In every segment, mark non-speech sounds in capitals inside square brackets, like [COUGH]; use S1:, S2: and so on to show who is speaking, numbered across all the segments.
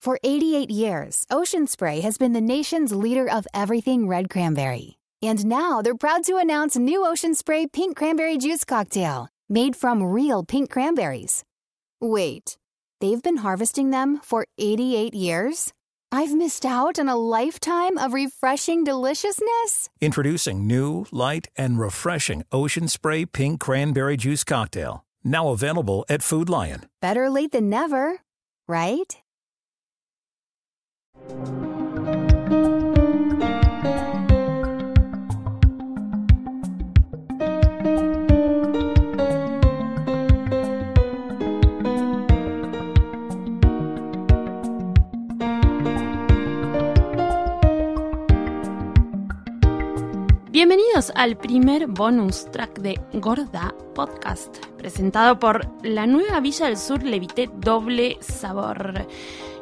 S1: For 88 years, Ocean Spray has been the nation's leader of everything red cranberry. And now they're proud to announce new Ocean Spray Pink Cranberry Juice Cocktail, made from real pink cranberries. Wait, they've been harvesting them for 88 years? I've missed out on a lifetime of refreshing deliciousness?
S2: Introducing new, light, and refreshing Ocean Spray Pink Cranberry Juice Cocktail. Now available at Food Lion.
S1: Better late than never, right?
S3: Bienvenidos al primer bonus track de Gorda Podcast, presentado por la nueva Villa del Sur Levité Doble Sabor.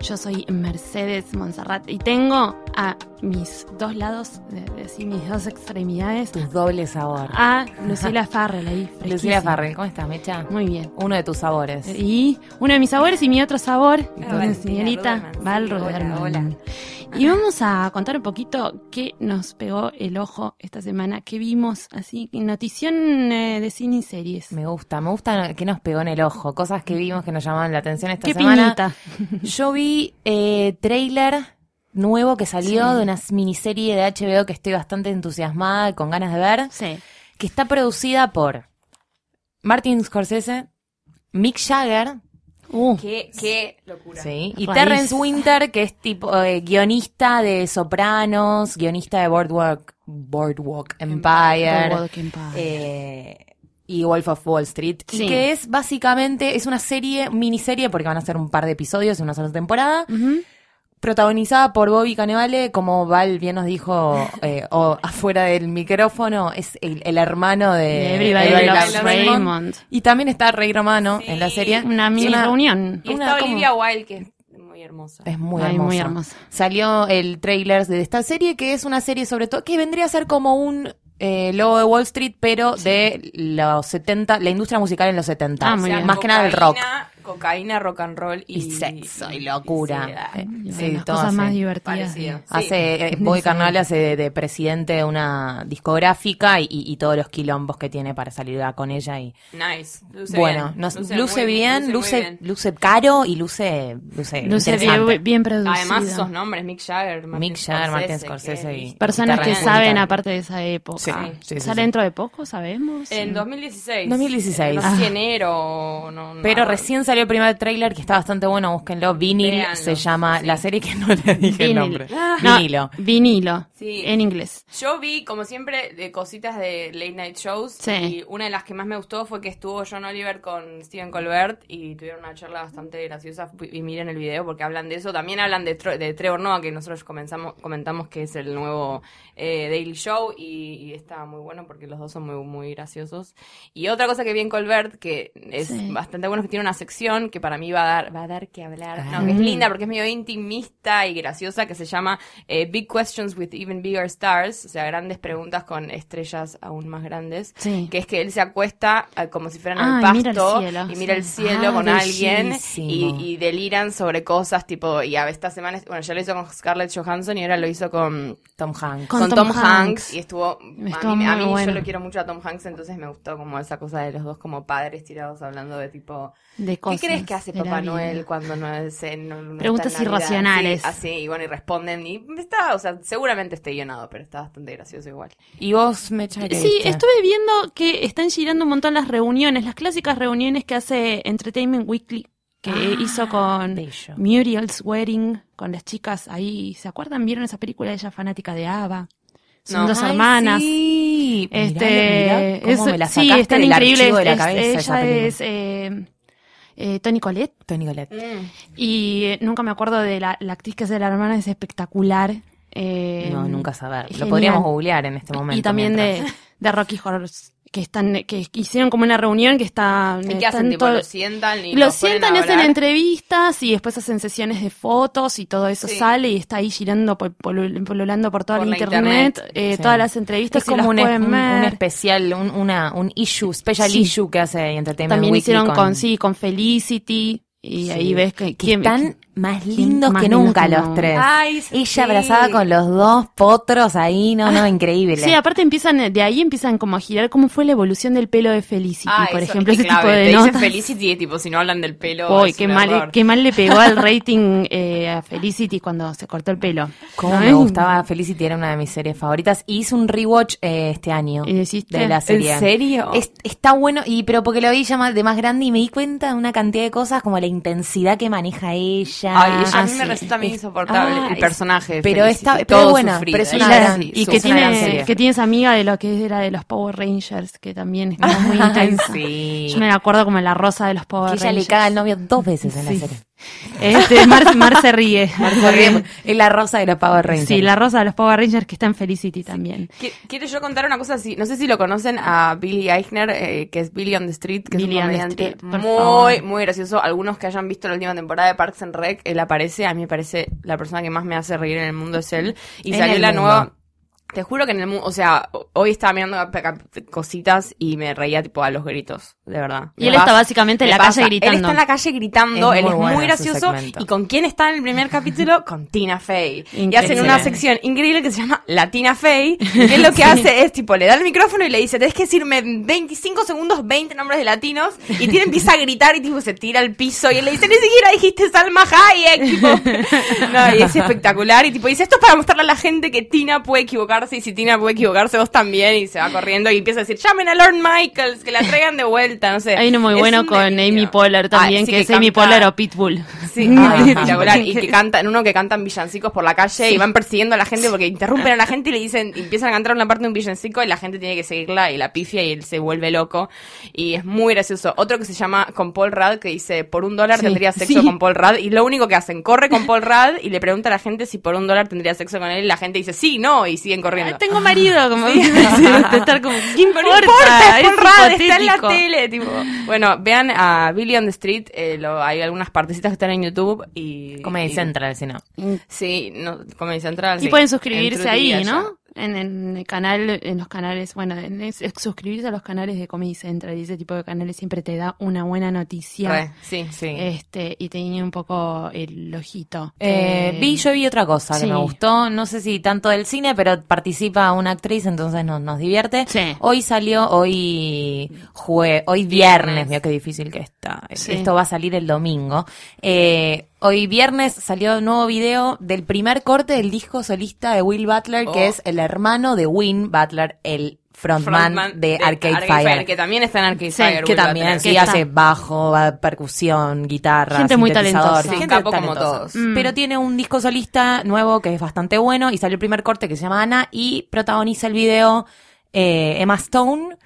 S3: Yo soy Mercedes Monserrat y tengo a mis dos lados, de- de- sí, mis dos extremidades,
S4: Tus doble sabor.
S3: a
S4: [LAUGHS]
S3: Lucila Farrell ahí.
S4: Lucila
S3: fresquísima.
S4: Ah, Farrell, ¿cómo estás, Mecha?
S3: Muy bien.
S4: Uno de tus sabores.
S3: Y uno de mis sabores y mi otro sabor,
S4: Claro,
S3: la
S5: Valentina
S3: señorita
S5: Ruderman,
S3: Val
S5: sí, hola,
S3: Ruderman.
S5: hola.
S3: Y vamos a contar un poquito qué nos pegó el ojo esta semana, qué vimos, así, notición eh, de cine y series.
S4: Me gusta, me gusta que nos pegó en el ojo, cosas que vimos que nos llamaban la atención esta
S3: qué
S4: semana. [LAUGHS]
S3: piñita.
S4: Yo vi eh, trailer nuevo que salió
S3: Sí.
S4: de una miniserie de HBO que estoy bastante entusiasmada, y con ganas de ver,
S3: Sí.
S4: que está producida por Martin Scorsese, Mick Jagger,
S3: Uh,
S5: Qué, qué locura.
S4: Sí, y
S3: Raíz.
S4: Terrence Winter, que es tipo eh, guionista de Sopranos, guionista de Boardwalk, Boardwalk Empire,
S3: Boardwalk Empire.
S4: eh, y Wolf of Wall Street, y
S3: Sí.
S4: que es básicamente, es una serie, miniserie, porque van a ser un par de episodios en una sola temporada,
S3: Ujú.
S4: protagonizada por Bobby Cannavale, como Val bien
S3: [LAUGHS]
S4: nos dijo eh, o afuera del micrófono, es el, el hermano de,
S3: De Everybody
S4: Eh, Everybody
S3: Loves
S4: Loves
S3: Raymond.
S4: Y también está Rey Romano en la
S5: Sí.
S4: serie.
S3: Una
S4: Es
S3: mini reunión.
S5: Y
S4: Una
S5: está
S4: como-
S5: Olivia Wilde, que es muy hermosa.
S4: Es muy
S3: Ay,
S4: hermosa.
S3: muy hermosa.
S4: Salió el trailer de esta serie, que es una serie sobre todo que vendría a ser como un eh, logo de Wall Street, pero de los 70, la industria musical en los 70.
S3: Ah, muy bien.
S4: Más que nada el rock.
S5: Cocaína, cocaína, rock and roll y,
S4: Y sexo, y locura.
S5: y ansiedad.
S3: Y
S4: Sí,
S3: bueno, las
S4: todo
S3: cosas
S4: así.
S3: más divertidas.
S5: Parecido. Sí.
S4: Hace, eh, Bobby Carnal hace de, de presidente de una discográfica y, y- y todos los quilombos que tiene para salir a- con ella. y
S5: Nice. Luce
S4: Bueno,
S5: bien.
S4: nos- luce,
S5: muy
S4: bien, luce,
S5: muy
S4: luce, caro y luce, luce,
S3: Eh, Luce
S4: interesante.
S3: bien, bien producida.
S5: Además, esos nombres, Mick Jagger, Martin
S4: Mick Jagger, Martin Scorsese
S5: que-
S4: y-
S3: Personas que
S4: Terrence
S3: saben
S4: Winter.
S3: aparte de esa época.
S4: Sí, sí, sí,
S3: ¿Sale
S4: sí.
S3: dentro de poco, sabemos?
S5: En 2016.
S4: 2016.
S5: No sé si
S3: Ah.
S5: enero. No, no
S4: Pero
S5: acuerdo.
S4: recién salió el primer tráiler que está bastante bueno, búsquenlo. Vinil
S5: Véanlo,
S4: se llama
S5: sí.
S4: la serie que [LAUGHS] no
S3: [LAUGHS]
S4: le dije el
S3: Vinil.
S4: nombre.
S3: No,
S4: Vinilo.
S3: Vinilo.
S5: Sí.
S3: En inglés.
S5: Yo vi, como siempre, de cositas de late night shows.
S3: Sí.
S5: Y una de las que más me gustó fue que estuvo John Oliver con Steven Colbert y tuvieron una charla bastante graciosa. Y miren el video porque hablan de eso. También hablan de, Tro- de Trevor Noah, que nosotros comenzamos, comentamos que es el nuevo eh, Daily Show. Y, y está muy bueno porque los dos son muy, muy graciosos. Y otra cosa que vi en Colbert, que es
S3: Sí.
S5: bastante bueno, es que tiene una sección que para mí va a dar, va a dar que hablar. No, que
S3: Ah.
S5: es linda porque es medio intimista y graciosa, que se llama eh, Big Questions with Even Bigger Stars, o sea, grandes preguntas con estrellas aún más grandes.
S3: Sí.
S5: Que es que él se acuesta ah, como si fueran al
S3: Ah, y mira el
S5: pasto
S3: cielo,
S5: y mira
S3: sí.
S5: el cielo
S4: Ah,
S5: con alguien y,
S4: bellísimo.
S5: y deliran sobre cosas tipo, y a esta semana, bueno, ya lo hizo con Scarlett Johansson y ahora lo hizo con
S4: Tom Hanks.
S3: Con
S5: con,
S3: Tom
S5: Tom,
S3: Hanks.
S5: Hanks. y estuvo,
S3: Estuvo
S5: a mí, a
S3: muy
S5: mí
S3: bueno.
S5: yo lo quiero mucho a Tom Hanks entonces me gustó como esa cosa de los dos como padres tirados hablando de tipo
S3: De cosas.
S5: ¿qué crees que hace
S3: de la
S5: Papá
S3: vida.
S5: Noel cuando no es en- no- no está
S3: Preguntas
S5: en Navidad?
S3: irracionales.
S5: Sí, así y bueno y responden y está o sea seguramente esté guionado pero está bastante gracioso igual
S4: ¿Y vos, Mecha? qué
S3: Sí,
S4: viste?
S3: estuve viendo que están girando un montón las reuniones, las clásicas reuniones que hace Entertainment Weekly, que hizo con
S4: bello.
S3: Muriel's Wedding, con las chicas ahí. ¿Se acuerdan? ¿Vieron esa película? Ella fanática de ABBA. Son
S5: No.
S3: dos
S4: Ay,
S3: hermanas.
S4: Sí. Mirá,
S3: Este,
S4: mirá cómo
S3: es-
S4: me la
S3: sí,
S4: sacaste
S3: están
S4: del
S3: increíbles.
S4: archivo de la
S3: Es-
S4: cabeza
S3: ella
S4: esa película.
S3: es eh, eh, Toni Collette
S4: Tony Colette.
S3: y eh, nunca me acuerdo de la, la actriz que es de la hermana, es espectacular. eh,
S4: No, nunca saber.
S3: genial.
S4: Lo podríamos googlear en este momento.
S3: y también de,
S4: mientras.
S3: de Rocky Horror que están que hicieron como una reunión que está
S5: ¿Y qué
S3: están
S5: hacen tipo
S3: todo-
S5: lo sientan y
S3: Eh, lo
S5: los ponen
S3: sientan
S5: a
S3: hacen
S5: hablar?
S3: entrevistas y después hacen sesiones de fotos y todo eso
S5: Sí.
S3: sale y está ahí girando pol- polu- polulando por toda
S5: Por
S3: la
S5: la
S3: internet,
S5: internet.
S3: eh,
S4: Sí.
S3: todas las entrevistas
S4: Es
S3: y las
S4: como un,
S3: pueden
S4: un- un
S3: ver.
S4: especial, un, una, un issue, special
S3: Sí.
S4: issue que hace Entertainment
S3: también
S4: Weekly
S3: hicieron con, sí con Felicity y
S4: Sí.
S3: ahí ves que,
S4: que están más lindos
S3: más
S4: que
S3: lindos
S4: nunca
S3: que
S4: los
S3: nunca.
S4: tres.
S5: Ay, sí.
S4: Ella abrazada con los dos potros ahí, no, no, increíble.
S3: Ah, Sí, aparte empiezan, eh, de ahí empiezan como a girar cómo fue la evolución del pelo de Felicity,
S5: Ah,
S3: por
S5: eso
S3: ejemplo,
S5: es
S3: ese
S5: clave.
S3: tipo de
S5: Te dicen
S3: notas.
S5: Felicity, y tipo, si no hablan del pelo.
S3: Uy,
S5: es
S3: qué
S5: un
S3: mal,
S5: error.
S3: qué mal le pegó al rating eh, a Felicity cuando se cortó el pelo.
S4: Cómo
S3: ¿No
S4: me
S3: ven?
S4: gustaba Felicity, era una de mis series favoritas. Y hice un rewatch eh, este año
S3: ¿Y hiciste?
S4: de la
S3: ¿En
S4: serie.
S5: ¿En serio?
S4: Es- está bueno, y pero porque lo vi ya más- de más grande y me di cuenta de una cantidad de cosas como la intensidad que maneja ella.
S5: Ay, ella a
S3: Ah,
S5: mí me
S3: sí.
S5: resulta a mí insoportable
S4: ah,
S5: el
S4: es-
S5: personaje. de
S4: pero
S5: Felicity,
S4: está- pero
S5: todo
S4: bueno,
S5: sufrida.
S4: pero es
S3: Y,
S4: una
S5: Ella
S3: la-
S4: gran-
S5: sí,
S3: y
S5: sufre.
S3: que
S4: es una gran
S3: tiene
S4: serie.
S3: que tienes amiga de lo que era de los Power Rangers, que también está [LAUGHS] muy
S5: [LAUGHS] Ay,
S3: intensa.
S5: sí.
S3: Yo me la acuerdo como la rosa de los Power
S4: Que ella le
S3: Rangers.
S4: caga al novio dos veces en
S3: Sí.
S4: la serie.
S3: Este, Mar, Mar se ríe.
S4: Es la rosa de los Power Rangers.
S3: Sí, la rosa de los Power Rangers que está en Felicity también.
S5: Qui- Quiero yo contar una cosa así, no sé si lo conocen a Billy Eichner, eh, que es Billy on the Street, que
S3: Billy
S5: es
S3: on
S5: un
S3: the
S5: comediante
S3: Street, por
S5: muy,
S3: favor.
S5: muy gracioso. Algunos que hayan visto la última temporada de Parks and Rec, él aparece, a mí me parece la persona que más me hace reír en el mundo es él. Y
S4: En
S5: salió
S4: el
S5: la
S4: mundo.
S5: nueva... Te juro que en el mundo, o sea, hoy estaba mirando acá- acá cositas y me reía tipo a los gritos, de verdad.
S3: Y él
S5: Me
S3: está
S5: pasa.
S3: básicamente en
S5: Me
S3: la calle
S5: pasa. Él
S3: gritando.
S5: está en la calle gritando,
S4: Es
S5: él
S4: muy
S5: es
S4: bueno
S5: muy
S4: ese
S5: gracioso.
S4: segmento.
S5: ¿Y con quién está en el primer
S4: [LAUGHS]
S5: capítulo? Con Tina Fey. Y hacen
S3: Increíble.
S5: una sección increíble que se llama
S4: [LAUGHS]
S5: Latina Fey, que es lo que hace es tipo, le da el micrófono y le dice, tenés que decirme en 25 segundos 20 nombres de latinos, y Tina empieza a gritar y tipo se tira al piso y él le dice, ni siquiera dijiste Salma Hayek, tipo.
S4: [LAUGHS]
S5: No, y es espectacular, y tipo dice, esto es para mostrarle a la gente que Tina puede equivocarse, y si Tina puede equivocarse, vos también, y se va corriendo y empieza a decir, llamen a Lorne Michaels, que la traigan de vuelta, no sé.
S3: Hay uno muy
S5: Este, Es
S3: bueno
S5: un
S3: con
S5: delirio.
S3: Amy Poehler
S5: Ah,
S3: también,
S5: sí,
S3: que, es Amy
S5: canta-
S3: Poehler o Pitbull. [LAUGHS]
S5: Sí, ay,
S4: Ajá.
S5: espectacular. Y que cantan, uno que cantan villancicos por la calle y van persiguiendo a la gente porque interrumpen a la gente y le dicen, y empiezan a cantar una parte de un villancico y la gente tiene que seguirla y la pifia y él se vuelve loco. Y es muy gracioso. Otro que se llama con Paul Rudd que dice, por un dólar
S3: Sí,
S5: tendría sexo
S3: sí.
S5: con Paul Rudd. Y lo único que hacen, corre con Paul Rudd y le pregunta a la gente si por un dólar tendría sexo con él y la gente dice, sí, no, y siguen corriendo.
S3: Ah, Tengo marido, como de estar como, ¿qué
S5: No
S3: importa?
S5: importa, es
S3: Es
S5: Paul Rudd, está en la
S3: hipotético.
S5: tele. Tipo. Bueno, vean a Billy on the Street. eh, lo- hay algunas partecitas que están en YouTube. y
S4: Comedy
S5: y-
S4: Central, si no.
S5: Sí, no, Comedy Central.
S3: Y
S5: sí.
S3: pueden
S5: En
S3: suscribirse
S5: True
S3: ahí,
S5: TV allá.
S3: ¿no? En, en el canal, en los canales, bueno, en es- es- suscribirse a los canales de Comedy Central y ese tipo de canales siempre te da una buena noticia.
S5: Re, sí, sí.
S3: Este, y tenía un poco el ojito.
S4: Eh,
S3: Eh,
S4: vi, yo vi otra cosa
S3: sí.
S4: que me gustó, no sé si tanto del cine, pero participa una actriz, entonces nos, nos divierte.
S3: Sí.
S4: Hoy salió, hoy jue, hoy viernes, mira qué difícil que está. Eh,
S3: Sí.
S4: Esto va a salir el domingo. Eh, hoy viernes salió un nuevo video del primer corte del disco solista de Will Butler, que
S5: Oh.
S4: es el hermano de Win Butler, el frontman, de, Arcade, Fire.
S5: Que también está en Arcade
S3: Sí,
S5: Fire.
S4: que
S5: Will
S4: también
S5: Butler.
S4: sí
S3: Que está-
S4: hace bajo, va- percusión, guitarra,
S3: Gente muy
S4: sintetizador,
S3: talentosa.
S5: Sí,
S4: gente
S5: capo como
S4: talentosa.
S5: todos.
S3: Mm.
S4: Pero tiene un disco solista nuevo que es bastante bueno y salió el primer corte que se llama Ana y protagoniza el video eh, Emma Stone.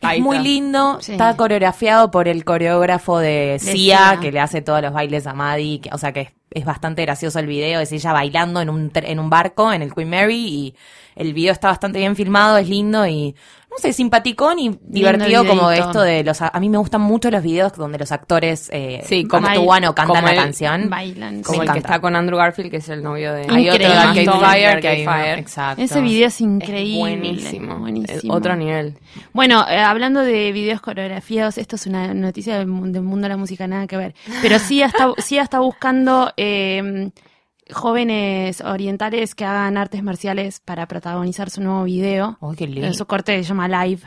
S4: Es
S5: Ahí
S4: muy
S5: está.
S4: lindo,
S3: Sí.
S4: está coreografiado por el coreógrafo de Sia,
S3: Sia.
S4: que le hace todos los bailes a Maddie, que- o sea que es, es bastante gracioso el video, es ella bailando en un, tr- en un barco, en el Queen Mary, y el video está bastante bien filmado, es lindo y, no sé, simpaticón y divertido como
S3: videíto.
S4: esto de los... A a mí me gustan mucho los videos donde los actores eh,
S5: Sí, como-
S4: actúan o cantan
S5: como
S4: la
S5: el-
S4: canción.
S3: Bailan.
S5: Como
S4: Me
S5: el que
S4: encanta.
S5: está con Andrew Garfield, que es el novio de.
S3: Hay otro de Arcade
S4: Fire
S5: Arcade
S4: que hay uno-
S5: Fire.
S4: exacto.
S3: Ese video es
S5: Es
S3: increíble.
S5: buenísimo.
S3: Buenísimo.
S5: Es otro nivel.
S3: Bueno, eh, hablando de videos coreografiados, esto es una noticia del, mu- del mundo de la música, nada que ver. Pero sí está, sí está buscando eh, jóvenes orientales que hagan artes marciales para protagonizar su nuevo video.
S4: Ay, qué lindo.
S3: En su corte se llama Live.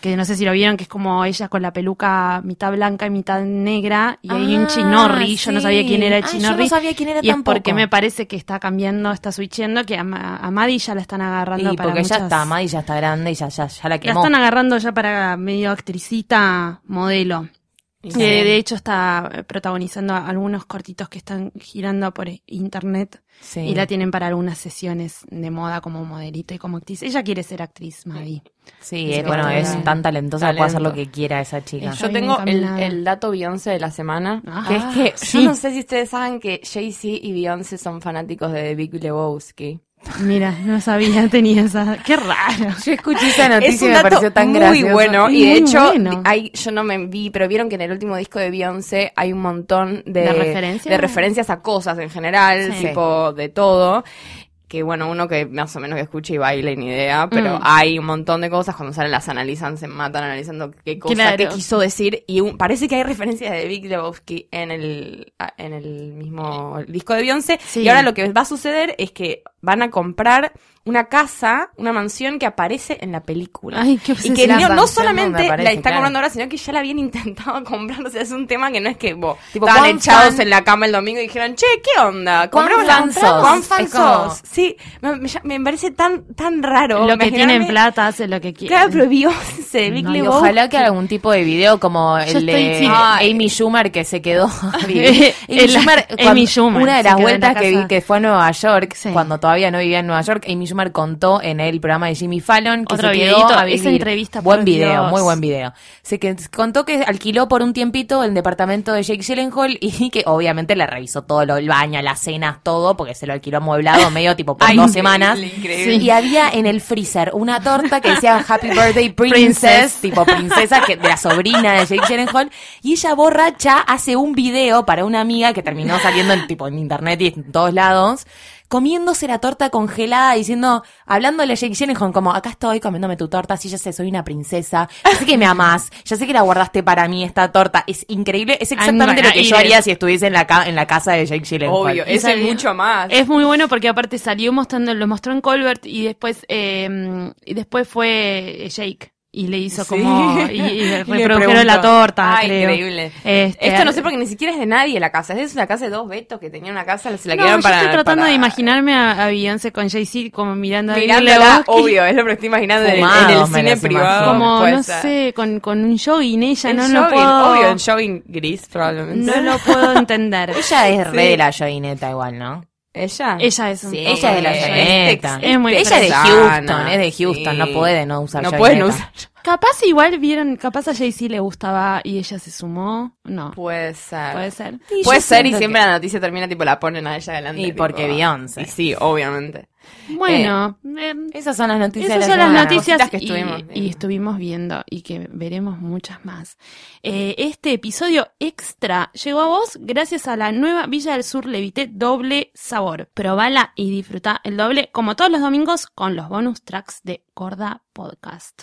S3: Que no sé si lo vieron, que es como ella con la peluca mitad blanca y mitad negra. Y hay un
S4: Ah,
S3: chinorri. Yo no sabía
S4: sí.
S3: quién era el
S4: Ah, yo
S3: chinorri.
S4: no sabía quién era
S3: y es
S4: tampoco.
S3: porque me parece que está cambiando, está switchando, que a, Ma- a Maddie ya la están agarrando
S4: Sí,
S3: para
S4: porque ya
S3: muchas-
S4: está, Maddie ya está grande y ya, ya, ya la
S3: la
S4: quemó.
S3: están agarrando ya para medio actricita, modelo. Eh, de hecho, está eh, protagonizando algunos cortitos que están girando por internet
S4: Sí.
S3: y la tienen para algunas sesiones de moda como modelito y como actriz. Ella quiere ser actriz, Maddie.
S4: Sí,
S3: Sí,
S4: eh, bueno,
S3: sí.
S4: es tan talentosa que puede hacer lo
S5: Talento.
S4: que quiera esa chica.
S3: Ella-
S5: Yo tengo
S3: bien
S5: el,
S3: encaminada.
S5: el dato Beyoncé de la semana,
S3: Ah,
S5: que es
S3: [LAUGHS]
S5: que
S3: sí.
S5: yo no sé si ustedes saben que Jay-Z y Beyoncé son fanáticos de Big Lebowski.
S3: Mira, no sabía, tenía esa. Qué raro.
S4: Yo escuché esa
S5: es un dato muy bueno y
S3: Muy
S5: de hecho
S3: bueno.
S5: hay, yo no me vi pero vieron que en el último disco de Beyoncé hay un montón de,
S3: ¿De referencias?
S5: de referencias a cosas en general
S3: Sí.
S5: tipo de todo que bueno, uno que más o menos que escuche y baile ni idea,
S3: Mm.
S5: pero hay un montón de cosas, cuando salen las analizan, se matan analizando qué cosa,
S3: Claro.
S5: qué quiso decir, y un- parece que hay referencias de Big Lebowski en el, a- en el mismo disco de Beyoncé,
S3: Sí.
S5: y ahora lo que va a suceder es que van a comprar una casa, una mansión que aparece en la película.
S3: Ay, qué
S5: y que
S3: obsesión.
S5: no,
S3: La
S5: no
S3: mansión
S5: solamente
S4: donde aparece,
S5: la está
S4: claro.
S5: comprando ahora, sino que ya la habían intentado [LAUGHS] comprar, o sea, es un tema que no es que vos,
S4: Tipo,
S5: estaban
S4: ¿cuán
S5: echados
S4: fan-
S5: en la cama el domingo y dijeron, che, ¿qué onda?
S4: ¿Cuán
S5: Compramos la
S4: fan
S5: compramos.
S4: sos?
S5: ¿Cuán fan
S4: Es como-
S5: sos? Sí, me, me- me parece tan, tan raro.
S3: Lo que tienen
S5: imaginarme-
S3: plata hace lo que quiere.
S5: Claro, pero Beyoncé, Big
S4: No, y
S5: Lebowski.
S4: ojalá que haga algún tipo de video como
S3: Yo
S4: el de
S3: estoy- sí.
S4: Ay, Amy Schumer que se quedó. [LAUGHS]
S3: [LAUGHS] Eh,
S4: Amy,
S3: el-
S4: Schumer,
S3: Amy
S4: cuando-
S3: Schumer
S4: una
S3: se
S4: de las
S3: quedó en
S4: vueltas
S3: la
S4: que
S3: casa.
S4: vi que fue a Nueva York,
S3: Sí.
S4: cuando todavía no vivía en Nueva York, Amy Schumer contó en el programa de Jimmy Fallon que
S3: Otro
S4: se quedó
S3: videíto,
S4: a
S3: esa
S4: vivir.
S3: entrevista, por
S4: buen video,
S3: Dios.
S4: muy buen video. Se que, contó que alquiló por un tiempito el departamento de Jake Gyllenhaal y [LAUGHS] que obviamente le revisó todo lo, el baño, las cenas, todo, porque se lo alquiló amueblado medio tipo por
S5: Ay,
S4: dos
S3: [LAUGHS]
S5: increíble,
S4: semanas.
S5: increíble.
S4: Y había en el freezer una torta que decía Happy Birthday Princess,
S3: Princess.
S4: tipo princesa que, de la sobrina de Jake Gyllenhaal. Y ella borracha hace un video para una amiga que terminó saliendo en, tipo, en internet y en todos lados. Comiéndose la torta congelada, diciendo, hablándole a Jake Gyllenhaal, como, acá estoy comiéndome tu torta, sí, ya sé, soy una princesa, ya sé que me amás, ya sé que la guardaste para mí esta torta, es increíble, es exactamente
S3: Ana
S4: lo que yo
S3: Iris.
S4: haría si estuviese en la, ca- en la casa de Jake Gyllenhaal.
S5: Obvio,
S3: Y
S5: eso es
S3: salió-
S5: mucho más.
S3: Es muy bueno porque aparte salió mostrando, lo mostró en Colbert y después, eh, y después fue eh, Jake. Y le hizo
S5: Sí.
S3: como.
S5: [LAUGHS]
S3: Y, y
S5: le preguntó.
S3: reprodujeron la torta.
S5: Ay,
S3: creo.
S5: increíble.
S3: Este,
S5: Esto no sé porque ni siquiera es de nadie la casa. Es una casa de dos betos que tenían una casa, se la
S3: No,
S5: quedaron
S3: yo
S5: para.
S3: estoy tratando
S5: para-
S3: de imaginarme a, a Beyoncé con Jay-Z como mirando a
S5: Mirándola,
S3: Lebowski.
S5: obvio, es lo que estoy imaginando en el- en el
S4: Fumados, me
S5: cine
S4: las
S5: privado.
S4: imagino.
S3: Como,
S5: Puede
S3: no
S5: ser.
S3: sé, con, con un jogging ella,
S5: En
S3: no,
S5: jogging,
S3: no puedo.
S5: obvio, en jogging gris probablemente.
S3: no lo
S5: [LAUGHS]
S3: puedo entender.
S4: Ella es re
S5: Sí.
S4: de la joineta igual, ¿no?
S5: ¿Ella?
S3: Ella es un
S5: Sí,
S3: poco-
S4: Ella es de la
S5: Eh,
S4: Joneta.
S3: es muy
S4: Ella es de
S5: Texana,
S4: Houston, es de Houston,
S5: sí.
S4: no puede no usar
S5: No
S4: Joneta.
S5: puede no usar.
S3: Capaz igual vieron, capaz a Jay-Z le gustaba y ella se sumó. No,
S5: Puede ser.
S3: puede ser.
S5: Puede
S4: yo
S5: ser y
S4: siento
S5: siempre
S4: que-
S5: la noticia termina tipo la ponen a ella adelante.
S4: Y
S5: tipo,
S4: porque Beyoncé.
S5: y Sí, obviamente.
S3: Bueno,
S5: Eh,
S3: em,
S4: Esas son las noticias
S3: esas
S4: de
S3: son
S4: la
S3: las
S4: semana.
S3: noticias
S5: Cositas que
S3: y-
S5: estuvimos viendo.
S3: y, estuvimos viendo y que veremos muchas más. Eh, este episodio extra llegó a vos gracias a la nueva Villa del Sur Levité Doble Sabor. Probala y disfruta el doble como todos los domingos con los bonus tracks de Gorda Podcast.